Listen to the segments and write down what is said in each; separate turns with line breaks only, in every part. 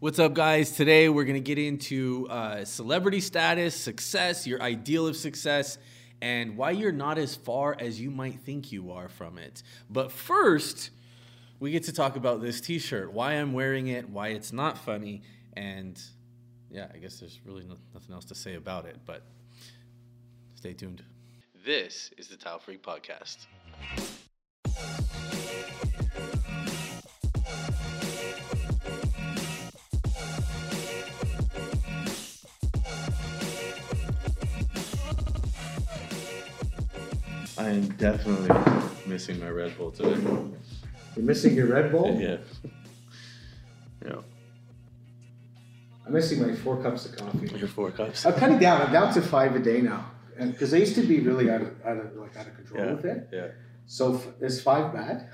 What's up, guys? Today we're going to get into uh, celebrity status, success, your ideal of success, and why you're not as far as you might think you are from it. But first, we get to talk about this t shirt, why I'm wearing it, why it's not funny, and yeah, I guess there's really no- nothing else to say about it, but stay tuned. This is the Tile Freak Podcast. I am definitely missing my Red Bull today.
You're missing your Red Bull.
Yeah. Yeah.
I'm missing my four cups of coffee.
Your four cups.
I'm cutting down. I'm down to five a day now, and because I used to be really out of, out of like out of control
Yeah.
with it.
Yeah.
So f- is five bad?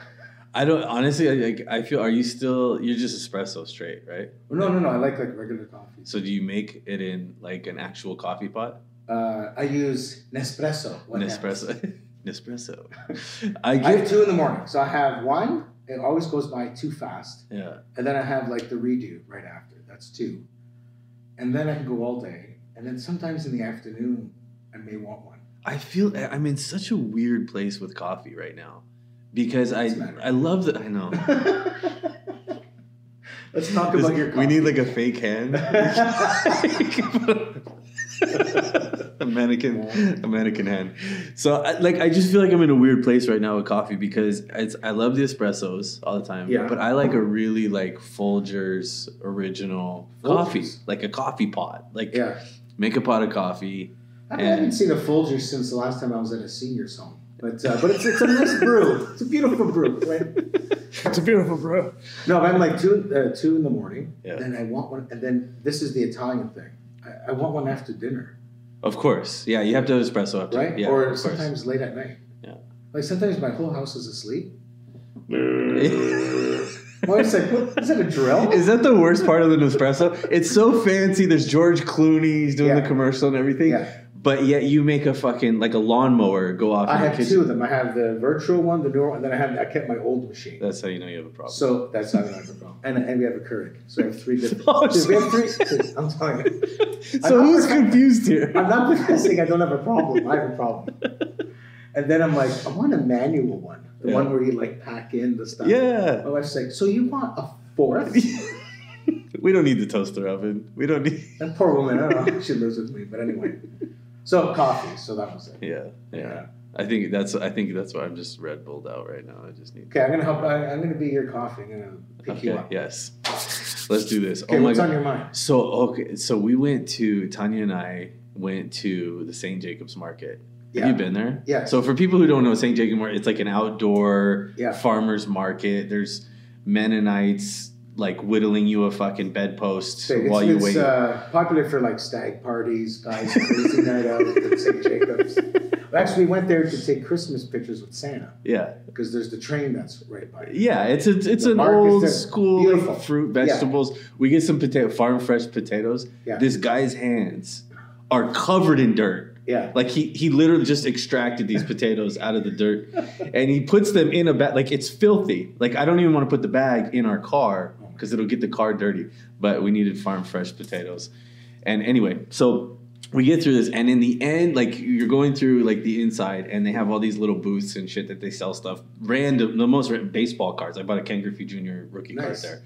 I don't honestly. I- Like, I feel. Are you still? You're just espresso straight, right?
No, no, no. I like like regular coffees.
So do you make it in like an actual coffee pot?
Uh, I use Nespresso. What
Nespresso. Nespresso. I
happens? I have
get.
two in the morning, so I have one. It always goes by too fast,
Yeah.
and then I have like the redo right after. That's two, and then I can go all day, and then sometimes in the afternoon I may want one.
I feel I- I'm in such a weird place with coffee right now, because I
Doesn't matter.
I love that I know.
Let's talk
This-
about your.
we
Coffee.
need like a fake hand. a mannequin, a mannequin hand. So, I, like, I just feel like I'm in a weird place right now with coffee because it's, I love the espressos all the time.
Yeah.
But I like a really like Folgers original coffee,
Folgers?
like a coffee pot. Like,
Yeah.
make a pot of coffee.
I mean, I
And-
haven't seen a Folgers since the last time I was at a senior's home. But uh, but it's, it's a nice brew. It's a beautiful brew, right?
It's a beautiful bro.
No, but I'm like two uh, two in the morning,
Yeah.
and I want one, and then this is the Italian thing. I, I want one after dinner,
Of course, yeah. You have to have espresso after,
right?
Yeah,
or
of course.
sometimes late at night.
Yeah.
Like sometimes my whole house is asleep. Why is that? What, is that a drill?
Is that the worst part of the Nespresso? It's so fancy. There's George Clooney. He's doing
Yeah.
the commercial and everything.
Yeah.
But yet you make a fucking like a lawnmower go off.
I
in your
have
kitchen.
two of them. I have the virtual one, the newer one, and then I have I kept my old machine.
That's how you know you have a problem.
So that's not another problem. And, and we have a Keurig. So we have three different.
Oh,
we have three. I'm telling you.
So,
I'm not-
who's confused here?
I'm not saying I don't have a problem. I have a problem. And then I'm like, I want a manual one, the
Yeah.
one where you like pack in the stuff.
yeah.
My wife's like, so you want a fourth?
we don't need the toaster oven. We don't need.
that poor woman. I don't know. She lives with me, but anyway. So coffee. So that was it.
Yeah, yeah. I think that's. I think that's why I'm just Red Bulled out right now. I just need.
Okay, I'm gonna help. I, I'm gonna be your coffee. I'm gonna pick you
Okay,
up.
Yes. Let's do this.
Okay,
oh my
what's
god.
on your mind?
So okay, so we went to Tanya and I went to the St. Jacob's Market. Have
Yeah.
you been there?
Yeah.
So for people who don't know St. Jacob's Market, it's like an outdoor
Yeah.
farmers market. There's Mennonites like whittling you a fucking bedpost
Okay, it's
while you
it's,
wait.
uh, popular for like stag parties, guys crazy night out at St. Jacobs. Actually, we went there to take Christmas pictures with Santa
yeah,
because there's the train that's right by. it.
yeah. It's a, it's
The
an
market's
old
there.
school
Beautiful.
like, fruit vegetables. We get some potato farm fresh potatoes.
Yeah.
This guy's hands are covered in dirt.
Yeah.
Like he he literally just extracted these potatoes out of the dirt, and he puts them in a bag. Like it's filthy. Like I don't even want to put the bag in our car because it'll get the car dirty. But we needed farm fresh potatoes, and anyway, so we get through this, and in the end, like you're going through like the inside, and they have all these little booths and shit that they sell stuff. Random, the most random baseball cards. I bought a Ken Griffey Jr. rookie card
Nice.
there.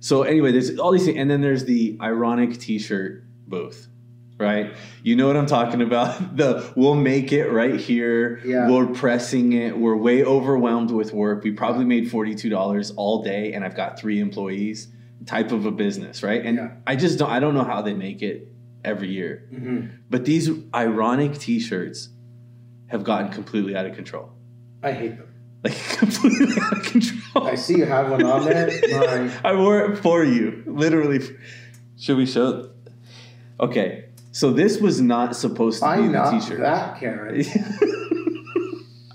So anyway, there's all these things, and then there's the ironic T-shirt booth right? You know what I'm talking about. The we'll make it right here.
Yeah.
We're pressing it. We're way overwhelmed with work. We probably made $42 all day and I've got 3 employees type of a business, right? And
Yeah.
I just don't I don't know how they make it every year.
hmm
But these ironic t-shirts have gotten completely out of control.
I hate them.
Like completely out of control.
I see you have one on there. My,
I wore it for you, literally. Should we show? Okay, so this was not supposed to be
I'm
the
not
T-shirt.
that Karen.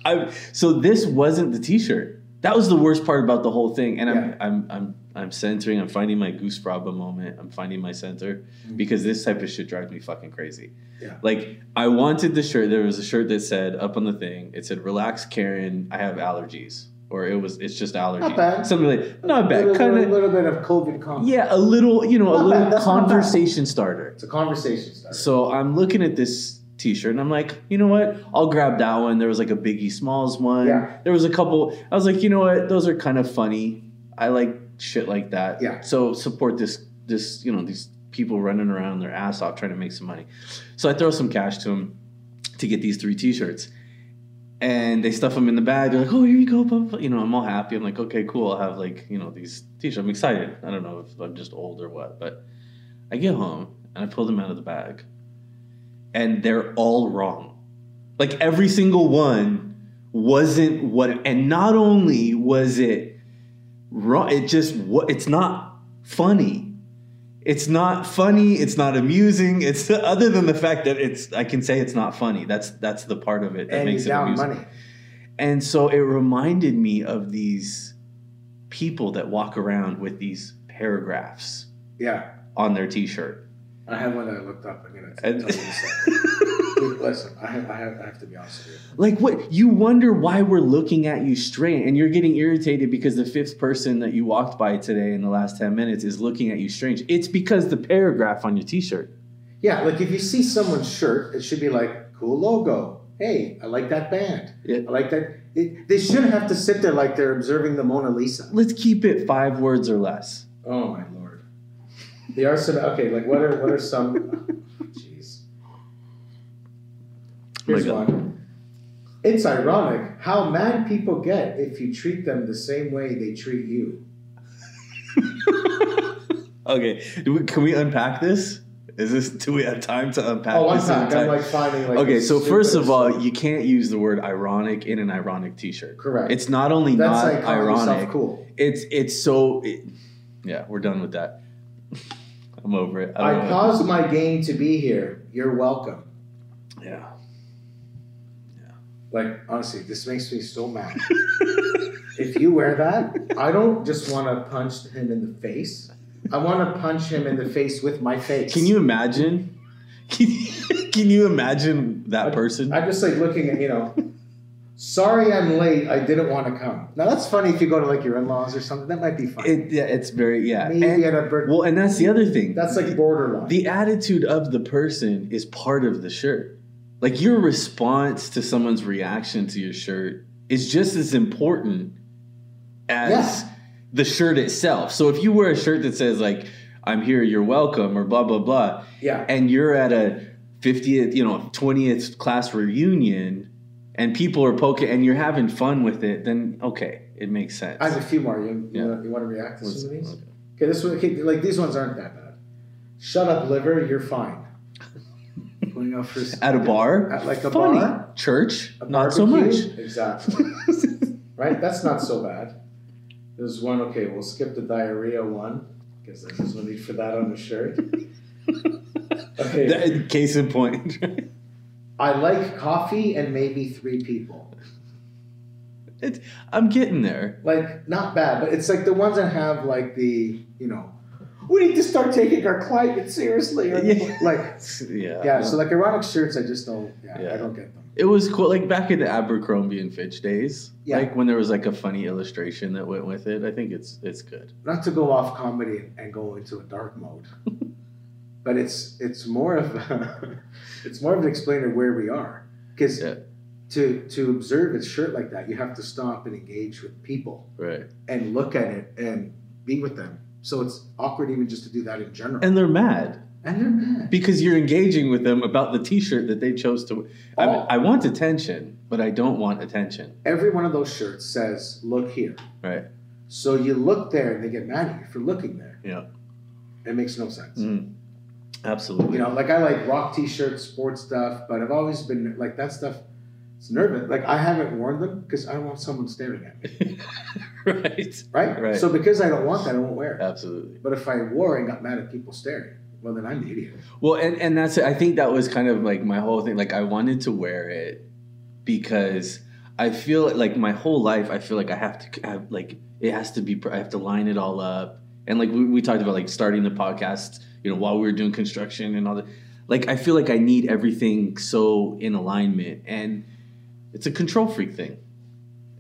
I, so this wasn't the T-shirt. That was the worst part about the whole thing. And I'm,
Yeah.
I'm, I'm, I'm centering. I'm finding my goose braba moment. I'm finding my center because this type of shit drives me fucking crazy.
Mm-hmm. Yeah.
Like I wanted the shirt. There was a shirt that said up on the thing. It said, "Relax, Karen. I have allergies." or it was it's just allergy.
bad.
Something like not bad.
Little,
Kind
little,
of
little bit of COVID comment.
yeah, a little you know
Not
a
bad,
little
that's not bad.
conversation starter.
It's a conversation starter.
So I'm looking at this T-shirt and I'm like, you know what? I'll grab that one. There was like a Biggie Smalls one.
Yeah.
There was a couple. I was like, you know what? Those are kind of funny. I like shit like that.
Yeah.
So support this this you know these people running around their ass off trying to make some money. So I throw some cash to them to get these three T-shirts. And they stuff them in the bag. They're like, "Oh, here you go, blah, blah, blah." you know." I'm all happy. I'm like, "Okay, cool. I'll have like, you know, these t-shirts." I'm excited. I don't know if I'm just old or what, but I get home and I pull them out of the bag, and they're all wrong. Like every single one wasn't what, and not only was it wrong, it just what it's not funny. It's not funny. It's not amusing. It's other than the fact that it's. I can say it's not funny. That's that's the part of it that
And you
makes it
down
amusing.
money.
And so it reminded me of these people that walk around with these paragraphs
Yeah.
on their t-shirt.
I have one that I looked up. I'm gonna tell
And-
you something. Dude, Listen, I have, I have, I have to be honest with you.
Like what you wonder why we're looking at you strange and you're getting irritated because the fifth person that you walked by today in the last 10 minutes is looking at you strange. It's because the paragraph on your t-shirt.
Yeah, like if you see someone's shirt, it should be like cool logo. Hey, I like that band.
Yeah.
I like that. It, they shouldn't have to sit there like they're observing the Mona Lisa.
Let's keep it 5 words or less.
Oh my lord. They are some okay. Like what are what are some? Jeez. Here's
Oh my God.
one. It's ironic how mad people get if you treat them the same way they treat
Uh,
you.
Okay, do we, can we unpack this? Is this do we have time to unpack
Oh, one
this?
time I'm
entire-
like finding like.
okay,
the
so first of
stupidest-
all, you can't use the word ironic in an ironic T-shirt.
correct.
It's not only
that's
not
like calling yourself
ironic.
cool.
It's it's so. It, yeah, we're done with that. I'm over it. I
I
don't know.
paused my game to be here. You're welcome.
yeah.
Like honestly, this makes me so mad. if you wear that, I don't just want to punch him in the face. I want to punch him in the face with my face.
Can you imagine? Can you, can you imagine that
I-
person?
I'm just like looking at you know. Sorry, I'm late. I didn't want to come. Now that's funny if you go to like your in-laws or something. That might be fun.
it, yeah, it's very yeah.
Maybe
And-
at a birth-
well, and that's the other thing.
that's like borderline.
the attitude of the person is part of the shirt. Like your response to someone's reaction to your shirt is just as important as
Yeah.
the shirt itself. So if you wear a shirt that says like "I'm here, you're welcome" or blah blah blah,
yeah,
and you're at a 50th, you know, 20th class reunion, and people are poking and you're having fun with it, then okay, it makes sense.
I have a few more. You
Yeah.
you, wanna- you want to react to
Let's-
some of these?
okay.
Okay, this one. Okay, like these ones aren't that bad. Shut up, liver. You're fine. Going out for a-
At a bar,
At, like, a
funny.
bar?
Church,
A
not so
barbecue?
much.
Exactly. right? That's not so bad. There's one, okay, we'll skip the diarrhea one because there's no need for that on the shirt. Okay.
That- Case in point.
I like coffee and maybe three people.
It, I'm getting there.
Like, not bad, but it's like the ones that have like the, you know, we need to start taking our climate seriously. Or
Yeah.
Like,
Yeah.
yeah, so like erotic shirts, I just don't, yeah,
Yeah.
I don't get them.
it was cool. Like back in the Abercrombie and Fitch days,
Yeah.
like when there was like a funny illustration that went with it. I think it's it's good.
Not to go off comedy and go into a dark mode, but it's it's more of a, it's more of an explainer where we are because
Yeah.
to to observe a shirt like that, you have to stop and engage with people
Right.
and look at it and be with them. So it's awkward even just to do that in general. And,
And they're mad
they're mad.
because you're engaging with them about the T-shirt that they chose to. I, mean,
Oh.
I want attention, but I don't want attention.
Every one of those shirts says "Look here,"
Right.
so you look there and they get mad at you for looking there.
Yeah.
It makes no sense.
Mm. Absolutely.
You know, like I like rock T-shirts, sports stuff, but I've always been like that stuff. It's nervous. Like I haven't worn them because I don't want someone staring at me,
right.
right?
Right.
So because I don't want that, I won't wear it.
Absolutely.
But if I wore and got mad at people staring, well, then I'm an idiot.
Well, and and that's it. I think that was kind of like my whole thing. Like I wanted to wear it because I feel like my whole life I feel like I have to have like it has to be I have to line it all up. And like we, we talked about like starting the podcast, you know, while we were doing construction and all that. Like I feel like I need everything so in alignment and it's a control freak thing.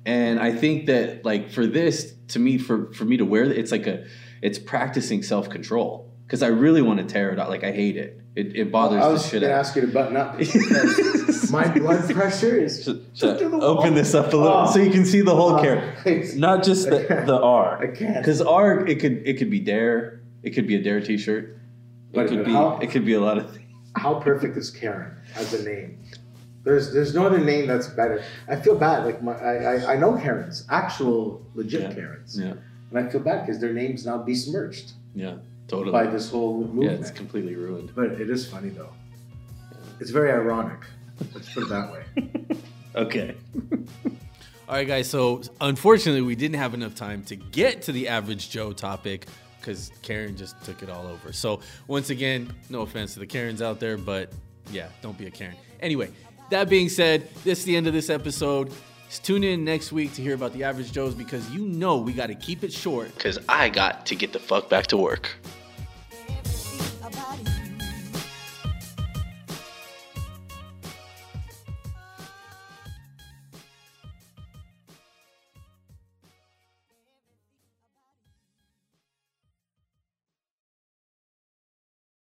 And I think that like for this, to me, for for me to wear it, it's like a it's practicing self control because I really want to tear it out. Like I hate it. It, it bothers
I
the
was
shit
gonna
out.
ask you to button up. because My blood pressure is
Should, should
through the
I open
wall.
this up a little
Oh.
so you can see the whole character,
Please.
not just the, the R.
I can't.
Because R, it could it could be dare, it could be a dare T-shirt,
Wait
it
a
could
minute,
be
how-
it could be a lot of things.
How perfect is Karen as a name? There's there's no other name that's better. I feel bad. Like my I, I, I know Karens, actual legit
Yeah.
Karens,
Yeah,
and I feel bad because their names now besmirched
yeah, totally.
by this whole
yeah,
movement.
it's completely ruined.
but it is funny though. It's very ironic. Let's put it that way.
Okay.
All right, guys. So unfortunately, we didn't have enough time to get to the average Joe topic because Karen just took it all over. So once again, no offense to the Karens out there, but yeah, don't be a Karen. Anyway, that being said, this is the end of this episode. Just Tune in next week to hear about the average Joes because you know we got to keep it short.
Because I got to get the fuck back to work.